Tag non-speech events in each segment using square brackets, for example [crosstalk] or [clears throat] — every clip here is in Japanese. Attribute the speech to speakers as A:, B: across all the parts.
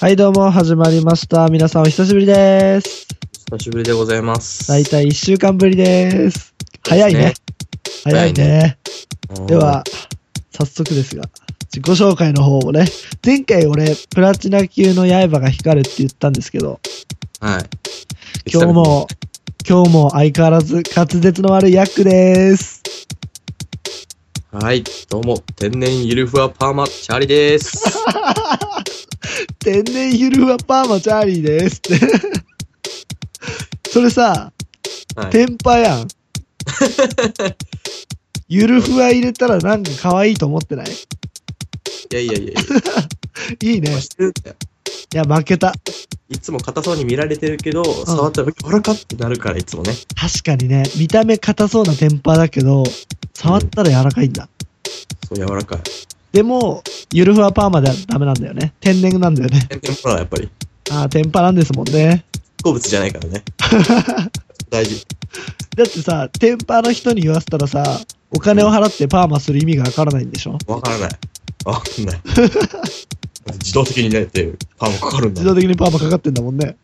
A: はい、どうも、始まりました。皆さんお久しぶりです。
B: 久しぶりでございます。
A: だいたい1週間ぶりです。早いね。早いね。
B: うん
A: で、は、早速ですが、自己紹介の方をね、前回俺、プラチナ級の刃が光るって言ったんですけど、
B: はい。
A: 今日も、今日も相変わらず滑舌の悪いヤックです。
B: 久々に。はい、どうも、天然ゆるふわパーマ、チャーリ
A: [laughs]
B: ーです。
A: 天然ゆるふわパーマチャーリーです [laughs] って。それさ、
B: はい、
A: テンパ
B: [laughs]
A: やん。ゆるふわ入れたらなんか可愛いと思ってない
B: いやいやいやい
A: いいね
B: や、。してるんだよ。
A: いや、負けた。
B: いつも硬そうに見られてるけど、触ったら、うわ柔らかってなるから、いつもね。
A: 確かにね、見た目硬そうなテンパだけど、触ったら柔らかいんだ。
B: そう、柔らかい。
A: でも、ゆるふわパーマではダメなんだよね。天然なんだよね。
B: 天然ほら、やっぱり、
A: ああ、テンパなんですもんね。
B: 好物じゃないか
A: [laughs]
B: らね。大事。
A: だってさ、テンパの人に言わせたらさ、お金を払ってパーマする意味がわからないんでしょ
B: わからない。わか
A: [laughs]
B: んない。自動的にね、って、パーマかかるんだ
A: 自動的にパーマかかってんだもんね。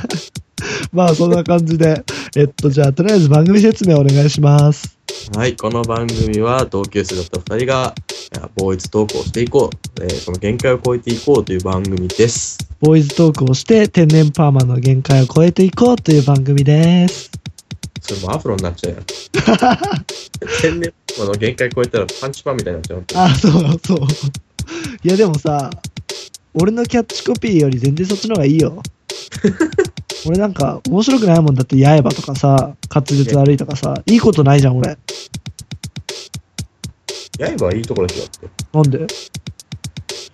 A: [laughs] まあそんな感じで、えっとじゃあとりあえず番組説明お願いします。
B: はい、この番組は同級生だった2人が、えーボーイズ投稿していこう、えーその限界を超えていこうという番組です。
A: ボーイズトークをして天然パーマの限界を超えていこうという番組です。
B: それもうアフロになっちゃう [laughs] やん。天然パーマの限界超えたらパンチパンみたいになっちゃう。
A: あ、そうそう。いやでもさ、俺のキャッチコピーより全然そっちの方がいい [laughs] よ。俺なんか面白くないもんだって刃とかさ、滑舌悪いとかさ、いいことないじゃん俺。
B: 刃はいいところでしょって。
A: なんで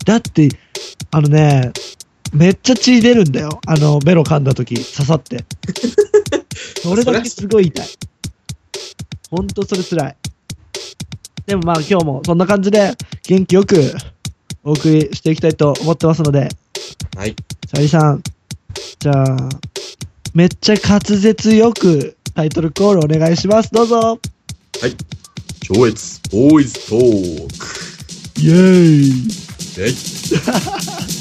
A: だって、あのね、めっちゃ血出るんだよ。あの、ベロ噛んだ時、刺さって。それだけすごい痛い。ほんとそれ辛い。でもまあ今日もそんな感じで元気よくお送りしていきたいと思ってますので、
B: はい。
A: チャリさん、じゃあ、めっちゃ滑舌よくタイトルコールお願いします。どうぞ
B: はい。超越、ボーイズトーク。
A: イェーイ
B: えい。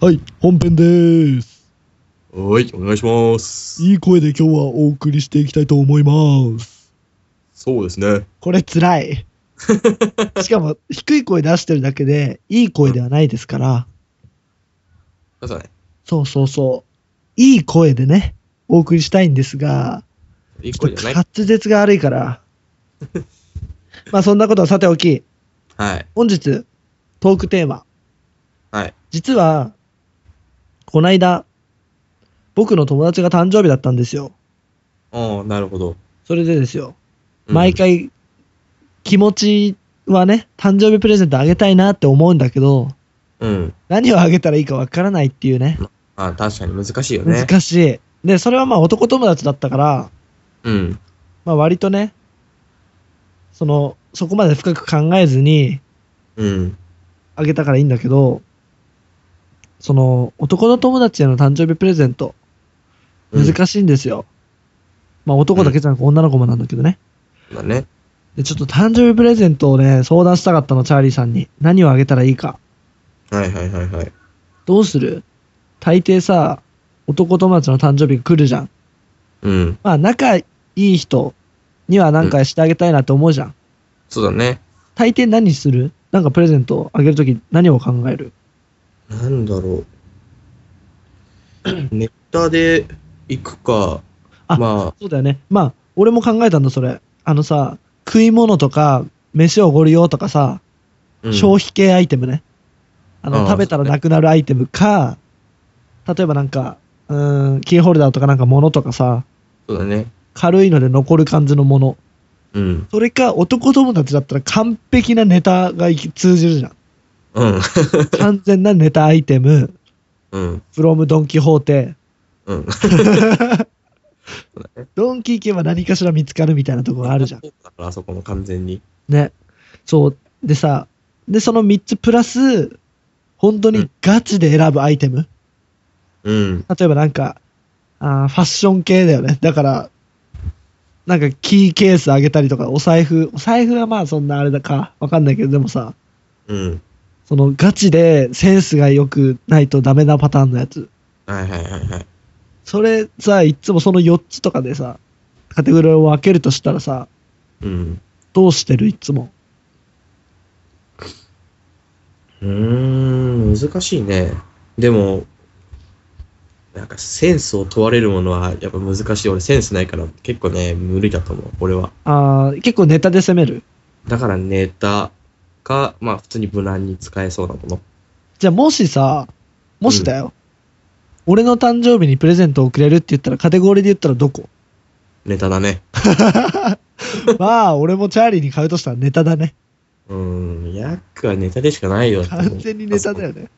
A: はい、本編でーす。
B: はい、お願いします。
A: いい声で今日はお送りしていきたいと思います。
B: そうですね。
A: これ辛い。しかも、低い声出してるだけで、いい声ではないですから、
B: だからね、
A: そうそうそう。いい声でね、お送りしたいんですが、
B: いい
A: ちょっ
B: 声
A: と
B: じゃない。
A: 滑舌が悪い
B: [laughs]
A: から。まあそんなことはさておき、
B: はい。
A: 本日、トークテーマ。
B: はい。
A: 実は、こないだ、僕の友達が誕生日だったんですよ。
B: ああ、なるほど。
A: それでですよ。
B: うん
A: 毎。回、気持ちはね、誕生日プレゼントあげたいなって思うんだけど、
B: うん。
A: 何をあげたらいいかわからないっていうね、
B: ああ、確かに難しいよね。
A: 難しい。で、それはまあ男友達だったから、
B: うん。
A: まあ割とね、その、そこまで深く考えずに
B: うん。
A: あげたからいいんだけど、その、男の友達への誕生日プレゼント、難しいんですよ。まあ男だけじゃなく女の子もなんだけどね。
B: うんだね。
A: で、ちょっと誕生日プレゼントをね、相談したかったの、チャーリーさんに。何をあげたらいいか。
B: はいはいはいはい。
A: どうする大抵さ、男友達の誕生日が来るじゃん。
B: うん。
A: まあ、仲いい人にはなんかしてあげたいなって思うじゃん。
B: そうだね。
A: 大抵何するなんかプレゼントをあげるとき何を考える
B: [clears throat] なんだろう。ネタで行くか、
A: あ
B: ま
A: そうだよね。まあ、俺も考えたんだ、それ。あのさ、食い物とか、飯おごるよとかさ、
B: あ、うん
A: 消費系アイテムね。あの、
B: ああ
A: 食べたらなくなるアイテムか、例えばなんか、うーん、キーホルダーとかなんか物とかさ、
B: そうだね。
A: 軽いので残る感じのもの。
B: うん。
A: それか、男友達だったら完璧なネタが通じる
B: [laughs]
A: じゃん。
B: うん。
A: 完全なネタアイテム、
B: うん。
A: フロムドンキホーテ。
B: うん。う
A: ドンキ行けば何かしら見つかるみたいなところあるじゃん。
B: だから、 [laughs] あそこも完全に。
A: ね。そう。でさ、で、その3つプラス、本当
B: う
A: に
B: ん
A: ガチで選ぶアイテム。
B: うん。
A: 例えばなんか、あーファッション系だよね。だから、なんかキーケースあげたりとか、お財布、お財布はまあそんなあれだか、わかんないけど、でもさ、
B: うん。
A: そのガチでセンスが良くないとダメなパターンのやつ。
B: はいはいはいはい。
A: それさ、いっつもその4つとかでさ、カテゴリーを分けるとしたらさ、
B: うん。
A: どうしてるいっつも。
B: うーん、難しいね。でも、なんかセンスを問われるものはやっぱ難しい。俺センスないから結構ね、無理だと思う。俺は。
A: あー結構ネタで攻める。
B: だからネタか、まあ普通に無難に使えそうなもの。
A: じゃあもしさ、もしだよ、俺の誕生日にプレゼントをくれるって言ったら、カテゴリーで言ったら
B: [laughs]
A: どこ
B: ネタだね。
A: まあ、俺もチャーリーに買うとしたらネタだね。
B: うーん、ヤックはネタでしかないよ。
A: 完全にネタだよ
B: ね。
A: ね。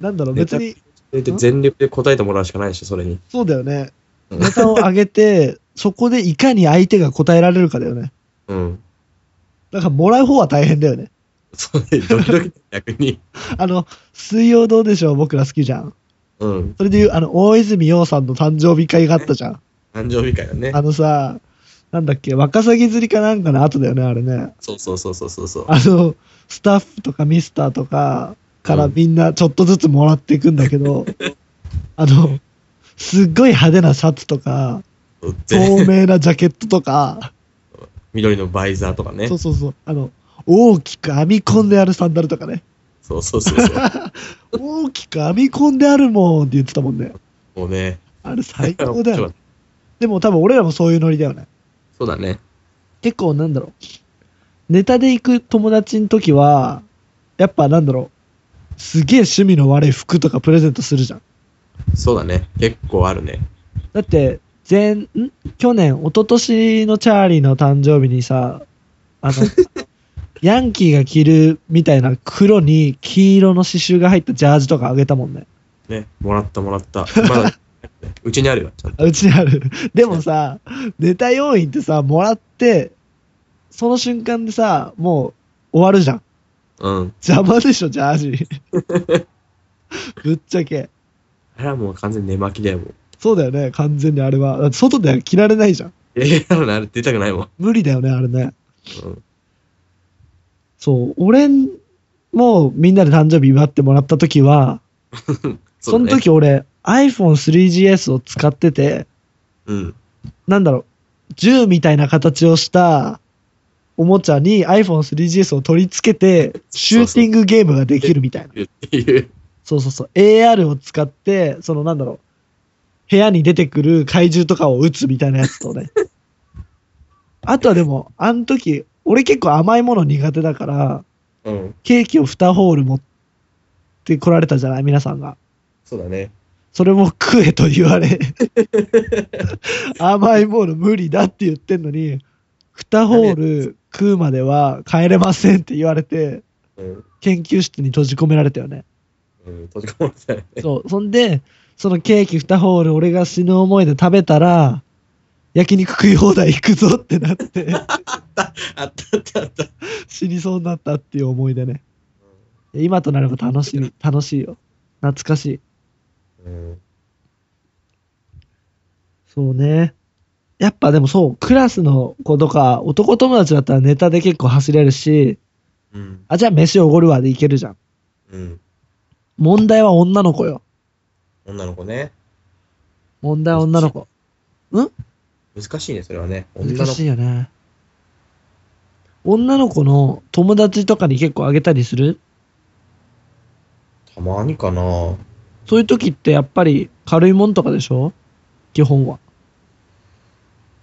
A: なんだろう、
B: ネタ
A: 別に、
B: それで全力で答えてもらうしかないでしょ、それに。
A: そうだよね。
B: う
A: ネ
B: ん
A: タを上げて、そこでいかに相手が答えられるかだよね。
B: うん。
A: だから、もらう方は大変だよね。
B: それ、ドキドキ逆に。 [laughs]
A: あの、水曜どうでしょう、僕ら好きじゃん。
B: うん。
A: それで言う、あの、大泉洋さんの誕生日会があったじゃん。
B: 誕生日会だね
A: あ。のさ、なんだっけ、ワカサギ釣りかなんかの後だよね、あれね。
B: そうそうそうそうそうそう。
A: あの、スタッフとかミスターとかから
B: うん
A: みんなちょっとずつもらっていくんだけ
B: [laughs]
A: ど、あの、すっごい派手なシャツとか、
B: 全
A: 透明なジャケットとか、
B: 緑のバイザーとかね
A: そう。そうそう、あの、大きく編み込んであるサンダルとかね、
B: そうそうそうそう。
A: [laughs] 大きく編み込んであるもんって言ってたもんね。
B: もうね。
A: あれ最高だよね。でも多分俺らもそういうノリだよね。
B: [laughs] そうだね。
A: 結構なんだろう。ネタで行く友達の時は、やっぱなんだろう。すげえ趣味の悪い服とかプレゼントするじゃん。
B: そうだね。結構あるね。
A: だって、前、ん去年、一昨年のチャーリーの誕生日にさ、あの、ヤンキーが着るみたいな黒に黄色の刺繍が入ったジャージとかあげたもんね。
B: ね。もらったもらった。まだ、
A: [laughs]
B: うちにあるよ。ちゃんと。
A: あうちにある。でもさ、ネタ要員ってさ、もらって、その瞬間でさ、もう終わるじゃん。
B: うん。
A: 邪魔でしょ、ジャージ。ぶっちゃけ。
B: あれはもう完全に寝巻きだよ、もう。
A: そうだよね、完全にあれは。だって外では着られないじゃん。
B: ええ、あれ出たくないもん。
A: 無理だよね、あれね。
B: うん。 [laughs]
A: そう、俺もみんなで誕生日祝ってもらった時は、そ,、
B: う
A: の
B: だね。
A: 時俺 iPhone3GS を使ってて、
B: うん。
A: なんだろう、銃みたいな形をしたおもちゃに iPhone3GS を取り付けて、シューティングゲームができるみたいな。
B: っていう。
A: そうそうそう。AR を使って、そのなんだろう、部屋に出てくる怪獣とかを撃つみたいなやつとね。あとはでも、あの時、俺結構甘いもの苦手だから、
B: うん。
A: ケーキを2ホール持ってこられたじゃない皆さんが。
B: そうだね。
A: それも食えと言われ。甘いもの無理だって言ってんのに、2ホール食うまでは帰れませんって言われて、
B: うん。
A: 研究室に閉じ込められたよね。
B: うん。閉じこもってたよね。
A: そう。そんで、そのケーキ2ホール俺が死ぬ思いで食べたら、焼肉食い放題行くぞってなって、
B: あったあったあった。
A: 死にそうになったっていう思い出ね。今となれば楽しみ、楽しいよ。懐かしい。
B: うん。
A: そうね。やっぱでもそう、クラスの子とか、男友達だったらネタで結構走れるし、
B: うん。
A: あ、じゃあ飯おごるわでいけるじゃん。
B: うん。
A: 問題は女の子よ。
B: 女の子ね。
A: 問題は女の子。
B: 難しいね、それはね。女
A: 難
B: の
A: し
B: 子。
A: いよね。女の子の友達とかに結構あげたりする
B: たまにかな。
A: そういう時ってやっぱり軽いもんとかでしょ基本は。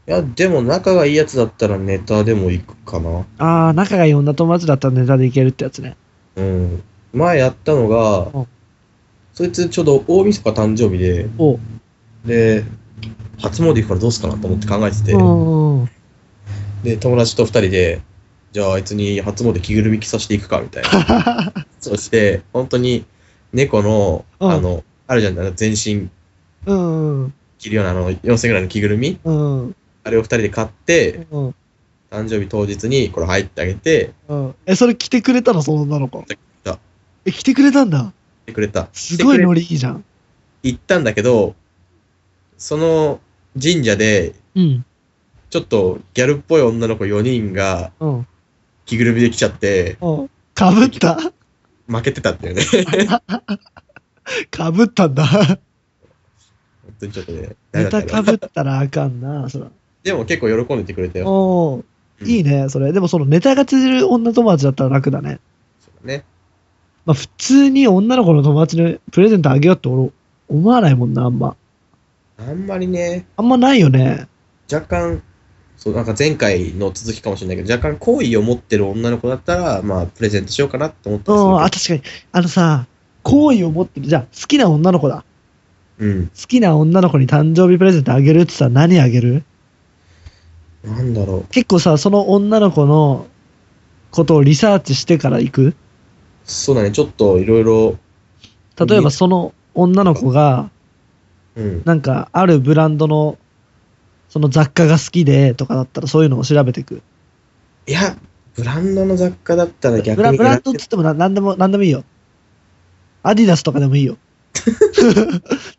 B: いや、でも仲がいいやつだったらネタでも行くかな。
A: ああ、仲がいい女友達だったらネタでいけるってやつね。
B: うん。前やったの
A: う
B: が
A: ん、
B: そいつちょうど大晦日誕生日で、
A: おう。
B: で、初詣行くからどうすかなと思って考えてて、
A: うんうん。
B: で、友達と二人で、じゃああいつに初詣着ぐるみ着させていくか、みたいな。
A: [laughs]
B: そして、本当に、猫の、
A: うん
B: あの、あるじゃん、あの全身
A: うん。
B: 着るようなあの、4000ぐらいの着ぐるみ
A: うん。
B: あれを二人で買って、
A: うん。
B: 誕生日当日にこれ入ってあげて、
A: うん。え、それ来てくれたのその女の子。
B: た
A: え、来てくれたんだ。
B: 来てくれた。
A: すご
B: 来てく
A: い
B: れ
A: ノリいいじゃん。
B: 行ったんだけど、その神社で、
A: うん。
B: ちょっとギャルっぽい女の子4人が
A: うん。
B: 着ぐるみで来ちゃって、
A: うん。かぶった
B: 負けてたんだよね。 [laughs]
A: かぶったんだ。
B: 本当にちょっとね。
A: ネタか
B: か
A: ぶったらあかんな、そら。
B: でも結構喜んでてくれたよ。
A: おー
B: うん
A: いいね、それ。でもそのネタが通じる女友達だったら楽だね。
B: そうだね。
A: まあ普通に女の子の友達にプレゼントあげようって俺思わないもんな、あんま。
B: あんまりね、
A: あんまないよね。
B: 若干、そう、なんか前回の続きかもしれないけど、若干好意を持ってる女の子だったら、まあ、プレゼントしようかなって思っ
A: う
B: た
A: ん、あ、
B: んで
A: 確かに。あのさ、好意を持ってる。じゃあ好きな女の子だ。
B: すけど。うん。
A: 好きな女の子に誕生日プレゼントあげるってさ、何あげる
B: なんだろう。
A: 結構さ、その女の子のことをリサーチしてから行く
B: そうだね、ちょっといろいろ、
A: 例えばその女の子が、
B: うん。
A: なんかあるブランドの、その雑貨が好きでとかだったらそういうのを調べていく。
B: いや、ブランドの雑貨だったら逆に
A: ブラブランドって言ってもな何でも、何でもいいよ。アディダスとかでもいい
B: [laughs]
A: よ。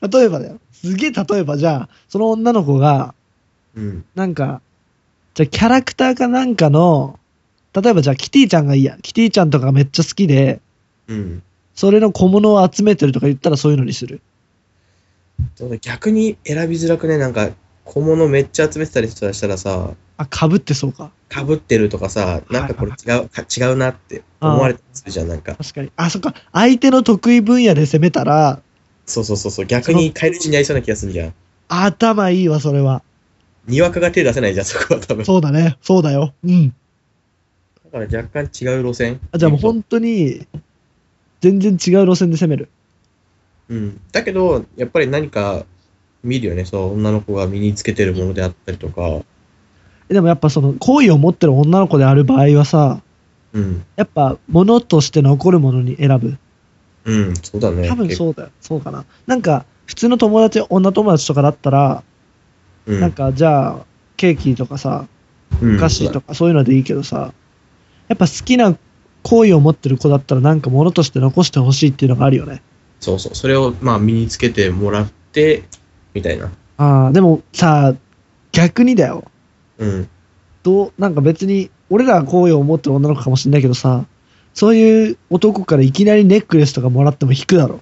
A: 例えばだよ。すげえ例えばじゃあ、その女の子が、
B: うん。
A: なんか、じゃあキャラクターかなんかの、例えばじゃあキティちゃんがいいや。キティちゃんとかがめっちゃ好きで、
B: うん。
A: それの小物を集めてるとか言ったらそういうのにする。
B: そうだ逆に選びづらくね、なんか、小物めっちゃ集めてたりしたらさ、
A: あ、被ってそうか。
B: かぶってるとかさ、なんかこれ違う、か違うなって思われたりするじゃん、なんか。
A: 確かに。あ、そっか。相手の得意分野で攻めたら、
B: そうそうそうそう、逆に返り血に合いそうな気がするじゃん。
A: 頭いいわ、それは。
B: にわかが手出せないじゃん、そこは多分。
A: そうだね。そうだよ。うん。
B: だから若干違う路線。
A: あじゃあもう本当に、全然違う路線で攻める。
B: うん。だけど、やっぱり何か見るよね、そう、女の子が身につけてるものであったりとか。
A: えでもやっぱその、好意を持ってる女の子である場合はさ、
B: うん。
A: やっぱ、物として残るものに選ぶ。
B: うん、そうだね。
A: 多分そうだよ。そうかな。なんか、普通の友達、女友達とかだったら、
B: う。うん、
A: なんか、じゃあ、ケーキとかさ、
B: うん、
A: お菓子とかそういうのでいいけどさ、やっぱ好きな好意を持ってる子だったらなんか物として残してほしいっていうのがあるよね。
B: そうそう。それを、まあ、身につけてもらって、みたいな。
A: ああ、でもさ、逆にだよ。
B: うん。
A: どう、なんか別に、俺らは好意を持ってる女の子かもしれないけどさ、そういう男からいきなりネックレスとかもらっても引くだろ。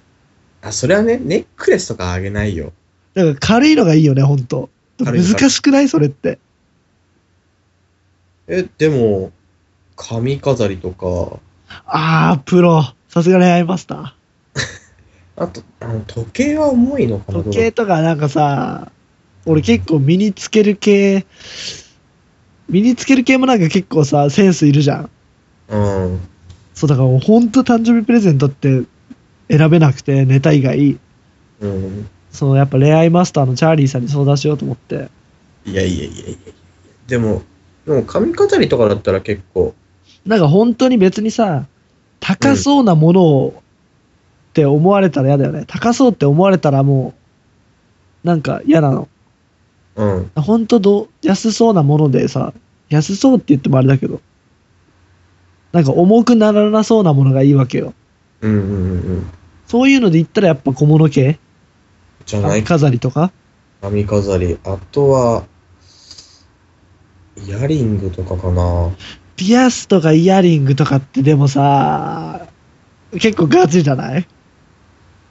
B: あ、それはね、ネックレスとかあげないよ。
A: だから軽いのがいいよね、ほんと。
B: 軽いの
A: 難しくないそれって。
B: え、でも、髪飾りとか、
A: ああ、プロ。さすが恋愛マスタ
B: あと、あの時計は重いのか
A: ー。
B: な
A: 時計とかなんかさ、俺結構身につける系、身につける系もなんか結構さ、センスいるじゃん。
B: どううん。
A: そうだからもうほんと誕生日プレゼントって選べなくて、ネタ以外、
B: うん。
A: そのやっぱ恋愛マスターのチャーリーさんに相談しようと思って。
B: いやいやいやいやでも、でも髪飾りとかだったら結構、
A: なんか本当に別にさ、高そうなものを、って思われたら嫌だよね。高そうって思われたらもう、なんか嫌なの。
B: うん。
A: ほんとど、安そうなものでさ、安そうって言ってもあれだけど、なんか重くならなそうなものがいいわけよ。
B: うんうんうんうん。
A: そういうので言ったらやっぱ小物系
B: じゃないか。
A: 飾りとか
B: 髪飾り。あとは、イヤリングとかかな。
A: ピアスとかイヤリングとかってでもさ、結構ガチじゃない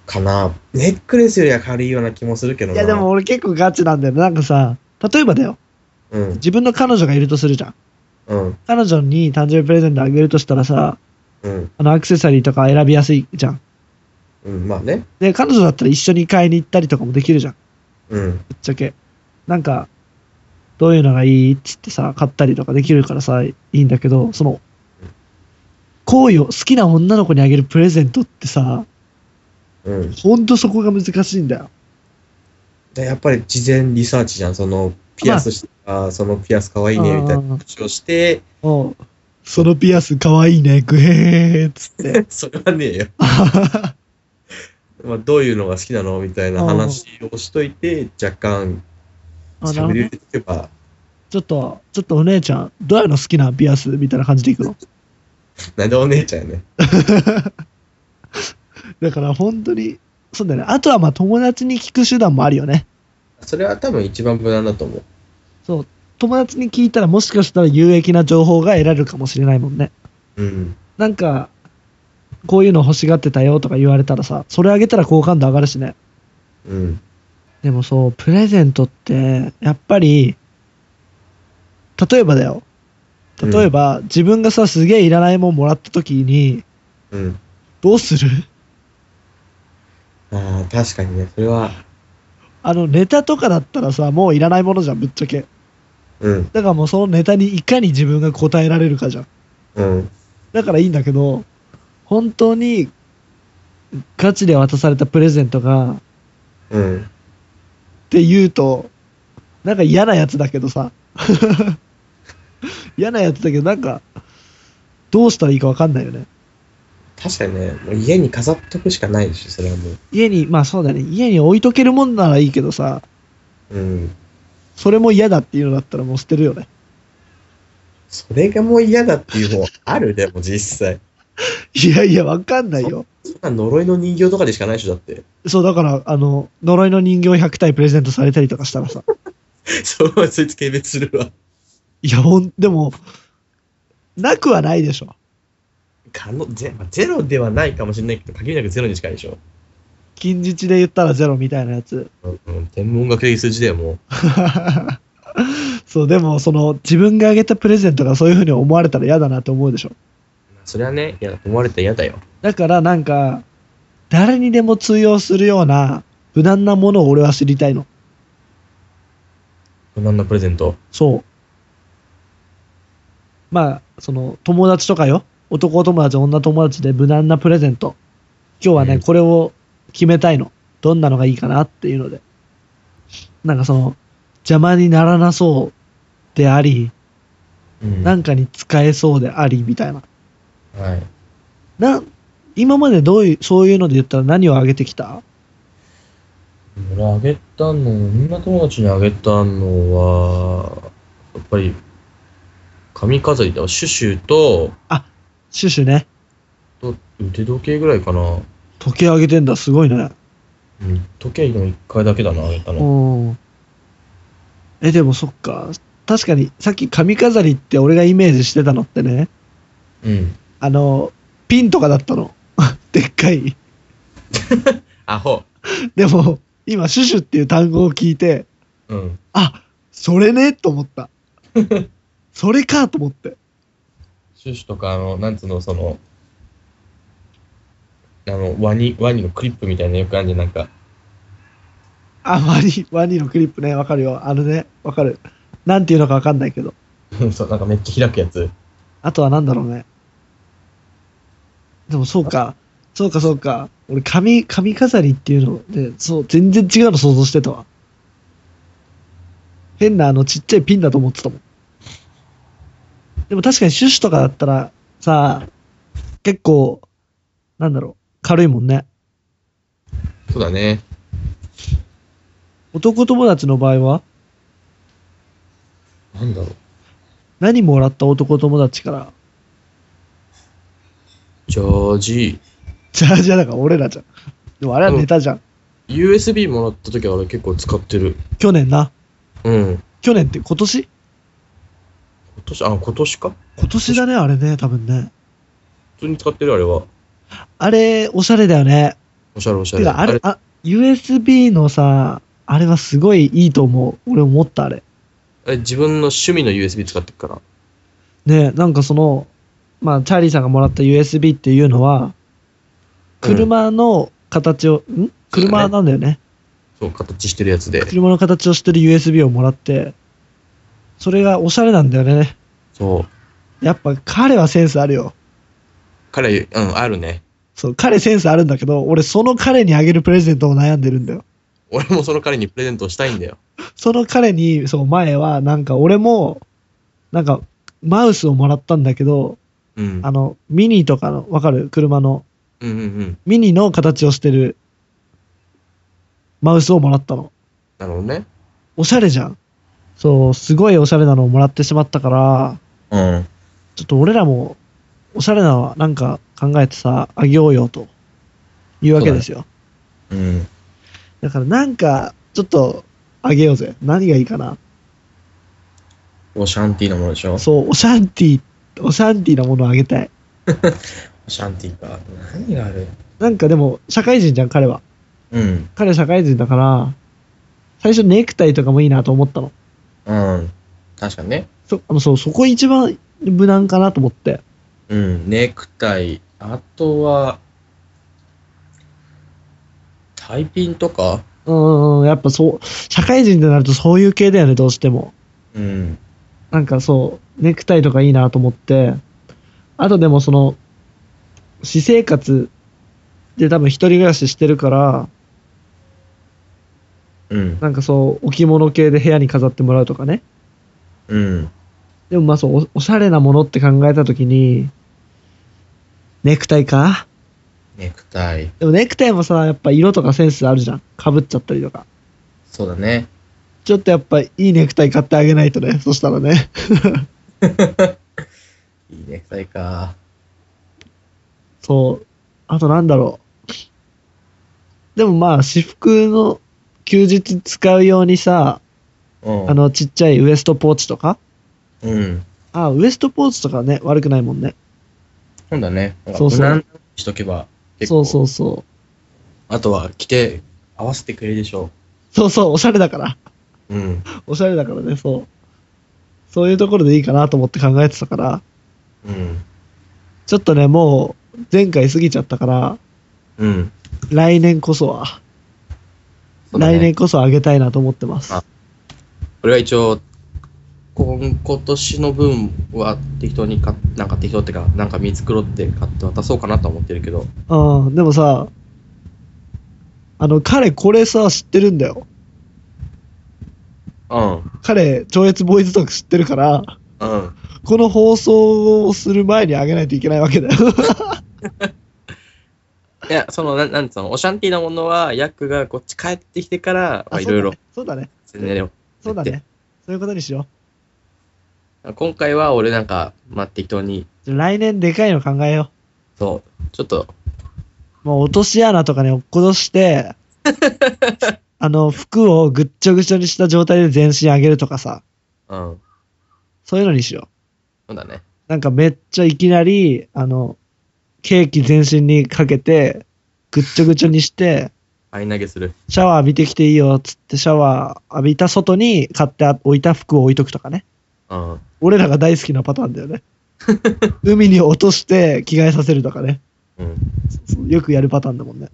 B: かな。ネックレスよりは軽いような気もするけど
A: い
B: な。
A: やでも、俺結構ガチなんだよね。なんかさ、例えばだよ。
B: うん、
A: 自分の彼女がいるとするじゃん。
B: うん、
A: 彼女に誕生日プレゼントあげるとしたらさ、
B: うん、
A: あのアクセサリーとか選びやすいじゃん。
B: うん、まあね。
A: で、彼女だったら一緒に買いに行ったりとかもできるじゃん。
B: うん。
A: ぶっちゃけ。なんか、どういうのがいいっつってさ、買ったりとかできるからさ、いいんだけど、その、好意を、好きな女の子にあげるプレゼントってさ、
B: うん。
A: ほんとそこが難しいんだよ。
B: でやっぱり事前リサーチじゃん。その、ピアスして、あーそのピアスかわいいね、みたい
A: あー
B: な口をして、 [laughs]
A: おうそのピアスかわいいね、グヘーっつって。
B: それはねえよ。 [laughs] まあ、どういうのが好きなのみたいな話をしといて、若干、
A: あなる
B: 喋
A: ほ
B: り
A: ど
B: 入れておけば、
A: ちょっと、ちょっとお姉ちゃん、どういうの好きなピアスみたいな感じでいくの
B: なんでお姉ちゃんやね。
A: だから本当に、そうだよね。あとはまあ友達に聞く手段もあるよね。
B: それは多分一番無難だと思う。
A: そう。友達に聞いたらもしかしたら有益な情報が得られるかもしれないもんね。
B: うん。
A: なんか、こういうの欲しがってたよとか言われたらさ、それあげたら好感度上がるしね。
B: うん。
A: でもそう、プレゼントって、やっぱり、例えばだよ。例えば、自分がさ、すげえいらないもんもらった時に、
B: うん。
A: どうする
B: ああ、確かにね。それは、
A: あの、ネタとかだったらさ、もういらないものじゃん、ぶっちゃけ。
B: うん。
A: だからもうそのネタにいかに自分が答えられるかじゃん。
B: うん。
A: だからいいんだけど、本当にガチで渡されたプレゼントが、っ
B: うん。
A: て言うと、なんか嫌なやつだけどさ。 [laughs] 嫌なやつだけど、なんか、どうしたらいいかわかんないよね。
B: 確かにね、もう家に飾っとくしかないし、それはも
A: 家に、まあそうだね、家に置いとけるもんならいいけどさ、
B: う。うん。
A: それも嫌だっていうのだったらもう捨てるよね。 [laughs]
B: それがもう嫌だっていう方あるでも実際。
A: いやいや、わかんないよ。
B: そんな呪いの人形とかでしかないでしょ、だって。 [laughs]
A: そう、だから、あの、呪いの人形100体プレゼントされたりとかしたらさ、 [laughs]
B: そう、そいつ軽蔑するわ。
A: いや、ほん、でも、なくはないでしょ。
B: 可能ゼまあゼロではないかもしれないけど、限りなくゼロに近いでしょ。
A: 近日で言ったらゼロみたいなやつ。
B: うん、うん。天文学的数字だよ、もう。
A: そう、でも、その、自分があげたプレゼントがそういうふうに思われたら嫌だなって思うでしょ。
B: それはね、いや思われたら嫌だよ。
A: だから、なんか、誰にでも通用するような、無難なものを俺は知りたいの。
B: 無難なプレゼント。
A: そう。まあ、その、友達とかよ。男友達、女友達で無難なプレゼント。今日はね、
B: うん
A: これを決めたいの。どんなのがいいかなっていうので。なんかその、邪魔にならなそうであり、
B: うん
A: なんかに使えそうでありみたいな。
B: はい。
A: な今までどういう、そういうので言ったら何をあげてきた
B: 俺あげたの、女友達にあげたのは、やっぱり、髪飾りだわ。シュシュと、
A: シュシュね。
B: と腕時計ぐらいかな。
A: 時計あげてんだ。すごいね。
B: うん、時計の一回だけだな、あげたの。
A: うん。え、でもそっか。確かに、さっき髪飾りって俺がイメージしてたのってね、
B: うん。
A: あの、ピンとかだったの。 [laughs] でっかい。
B: アホ。
A: でも、今、シュシュっていう単語を聞いて、
B: うん。
A: あ、それねと思った。それかと思って。
B: シュシュとか、あの、なんつうの、その、あの、ワニ、ワニのクリップみたいなのよくあるじゃん、なんか。 [laughs]
A: あ、ワニ、ワニのクリップね、わかるよ。あのね、わかる。なんていうのかわかんないけど。
B: そう、なんかめっちゃ開くやつ。
A: あとはなんだろうね。でもそうか。そうかそうか。俺、髪、髪飾りっていうので、そう、全然違うの想像してたわ。変なあのちっちゃいピンだと思ってたもん。でも確かにシュッシュとかだったら、さ、結構、なんだろう、軽いもんね。
B: そうだね。
A: 男友達の場合は、
B: なんだろう。
A: 何もらった男友達から、
B: ジョージ、
A: じゃあじゃあだから俺らじゃん。でもあれはネタじゃん。
B: USB もらった時は俺結構使ってる。
A: 去年な。
B: うん。今
A: 去年って今年
B: 年、あ、今年か
A: 今年だね、あれね、多分ね。
B: 普通に使ってるあれは。
A: あれ、おしゃれだよね。
B: おしゃれおしゃ
A: て
B: れ。
A: か、あ
B: あ
A: れ
B: れ、
A: あ、USB のさ、あれはすごいいいと思う。俺思った、あれ。
B: あれ自分の趣味の USB 使ってるから。
A: ねなんかその、まあ、チャーリーさんがもらった USB っていうのは、車の形を、ん車なんだよね。
B: そう、形してるやつで。
A: 車の形をしてる USB をもらって、それがおしゃれなんだよね。
B: そう。
A: やっぱ彼はセンスあるよ。
B: 彼、うん、あるね。
A: そう、彼センスあるんだけど、俺その彼にあげるプレゼントを悩んでるんだよ。
B: 俺もその彼にプレゼントしたいんだよ。
A: その彼に、そう、前は、なんか俺も、なんか、マウスをもらったんだけど、
B: うん。
A: あの、ミニとかの、わかる車の、
B: うんうんうん。
A: ミニの形をしてる、マウスをもらったの。
B: なるほどね。
A: おしゃれじゃん。そう、すごいおしゃれなのをもらってしまったから、
B: うん。
A: ちょっと俺らも、おしゃれなのなんか考えてさ、あげようよ、というわけですよ。
B: うん。
A: だからなんか、ちょっと、あげようぜ。何がいいかな。
B: オシャンティーなものでしょ
A: そう、オシャンティ、オシャンティなものをあげたい。
B: オシャンティーか。何がある
A: なんかでも、社会人じゃん、彼は。
B: うん。
A: 彼社会人だから、最初ネクタイとかもいいなと思ったの。
B: うん。確かにね。
A: そ、あの、そう、そこ一番無難かなと思って。
B: うん。ネクタイ。あとは、タイピンとか
A: うーん、やっぱそう、社会人になるとそういう系だよね、どうしても。
B: うん。
A: なんかそう、ネクタイとかいいなと思って。あとでもその、私生活で多分一人暮らししてるから、
B: うん。
A: なんかそう、置物系で部屋に飾ってもらうとかね。
B: うん。
A: でもまあそう、おおしゃれなものって考えたときに、ネクタイか
B: ネクタイ。
A: でもネクタイもさ、やっぱ色とかセンスあるじゃん。被っちゃったりとか。
B: そうだね。
A: ちょっとやっぱいいネクタイ買ってあげないとね。そしたらね。
B: いいネクタイか。
A: そう。あとなんだろう。でもまあ、私服の休日使うようにさ、
B: うん。
A: あ、のちっちゃいウエストポーチとか。
B: うん。
A: あ、ウエストポーチとかね、悪くないもんね。
B: そうだね。
A: そうそう
B: 無難にしとけば。結
A: そ
B: 構
A: うそうそう。
B: あとは着て合わせてくれるでしょ
A: そうそう、おしゃれだから。
B: う。うん。
A: おしゃれだからね、そう。そういうところでいいかなと思って考えてたから、
B: うん。
A: ちょっとね、もう前回過ぎちゃったから、
B: うん。
A: 来年こそは、
B: そうだね
A: 来年こそあげたいなと思ってます。
B: あこれは一応、今今年の分は適当に買っなんか適当ってか、なんか見繕って買って渡そうかなと思ってるけど。
A: うん、でもさ、あの、彼これさ、知ってるんだよ。
B: うん。
A: 彼、超越ボーイズトーク知ってるから、
B: うん。
A: この放送をする前にあげないといけないわけだよ。
B: いや、その、なんなんつうの、オシャンティーなものは、ヤックがこっち帰ってきてから、
A: [laughs]
B: まあ、いろいろ、
A: そうだね。
B: 全然やろう
A: そうだね。そうだね。そういうことにしよ
B: 今回は俺なんか、まあ、適当に、
A: う。じゃあ来年でかいの考えよ
B: そう、ちょっと、
A: う。もう落とし穴とかに落っことして、
B: [laughs]
A: あの、服をぐっちょぐちょにした状態で全身上げるとかさ、
B: うん。
A: そういうのにしよう。
B: そうだね。
A: なんかめっちゃいきなり、あの、ケーキ全身にかけて、ぐっちょぐちょにして、
B: あい投げする。
A: シャワー浴びてきていいよっつってシャワー浴びた外に買って置いた服を置いとくとかね。
B: [laughs] うん。
A: 俺らが大好きなパターンだよね。海に落として着替えさせるとかね。
B: うん。
A: そうよくやるパターンだもんね。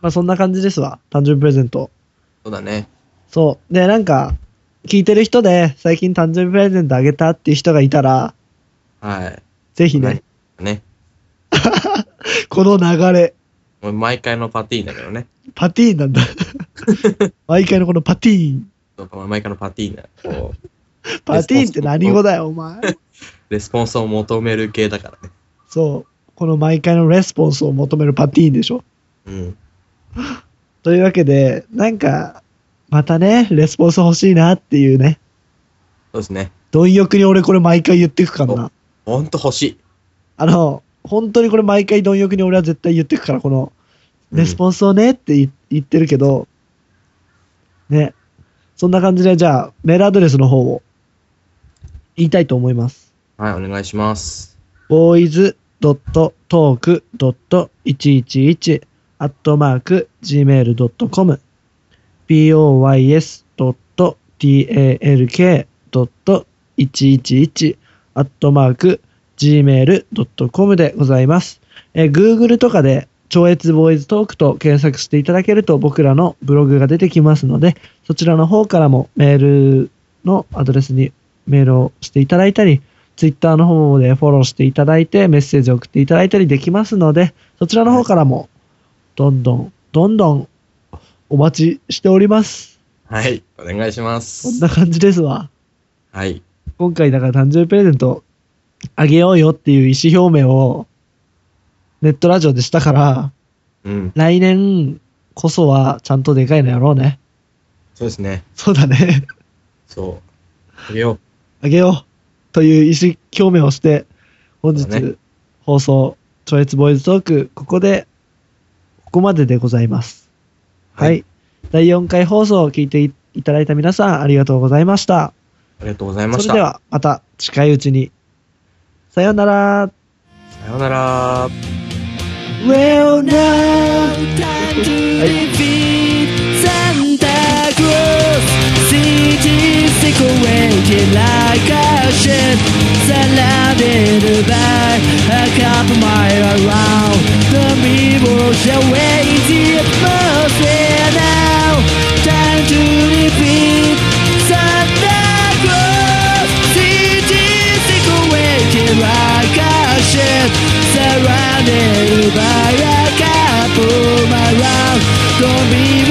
A: まあそんな感じですわ。誕生日プレゼント。
B: そうだね。
A: そう。で、なんか、聞いてる人で最近誕生日プレゼントあげたっていう人がいたら、
B: はい。
A: ぜひね、
B: はいね。
A: この流れ、
B: もう毎回のパティーンだけどね。
A: パティーン
B: [laughs]
A: なんだ。毎回のこのパティーン。
B: そう毎回のパティーンだ。こう、
A: パティーンって何語だよ、お前。
B: レスポンスを求める系だからね。
A: そう。この毎回のレスポンスを求めるパティーンでしょ。
B: うん。
A: というわけで、なんか、またね、レスポンス欲しいなっていうね。
B: そうですね。
A: 貪欲に俺これ毎回言ってくからな。
B: ほんと欲しい。
A: あの、本当にこれ毎回貪欲に俺は絶対言ってくから、この、
B: うん
A: レスポンスをねってい言ってるけど、ね。そんな感じで、じゃあ、メールアドレスの方を言いたいと思います。
B: はい、お願いします。
A: boys.talk.111-gmail.com boys.talk.111-gmail.com でございます。えー Google とかで超越ボーイズトークと検索していただけると僕らのブログが出てきますので、そちらの方からもメールのアドレスにメールをしていただいたり、ツイッターの方でフォローしていただいて、メッセージを送っていただいたりできますので、そちらの方からも、どんどん、どんどん、お待ちしております。
B: はい。お願いしま
A: こん
B: す。
A: な感じですわ。
B: はい。
A: 今回だから誕生日プレゼントあげようよっていう意思表明をネットラジオでしたから、
B: うん。
A: 来年こそはちゃんとでかいのやろうね。
B: そうですね。
A: そうだね。 [laughs]
B: そう。あげよ
A: あげようという意思表明をして、本
B: そうだね
A: 日放送、超越ボーイズトーク、ここで、ここまででございます。
B: う。
A: はい。。第4回放送を聞いていいただいた皆さん、ありがとうございました。
B: ありがとうございま
A: そ
B: し
A: れ
B: た。
A: では、また近いうちに。さようなら。
B: さようなら。
A: Well, now.
C: time to defeat Santa Claus. Cities decorated like a shed, surrounded by a couple mile around. The people shall wait it must be now. Time to defeat Santa Claus. Cities decorated like a shed, surrounded by a couple mile round. Don't be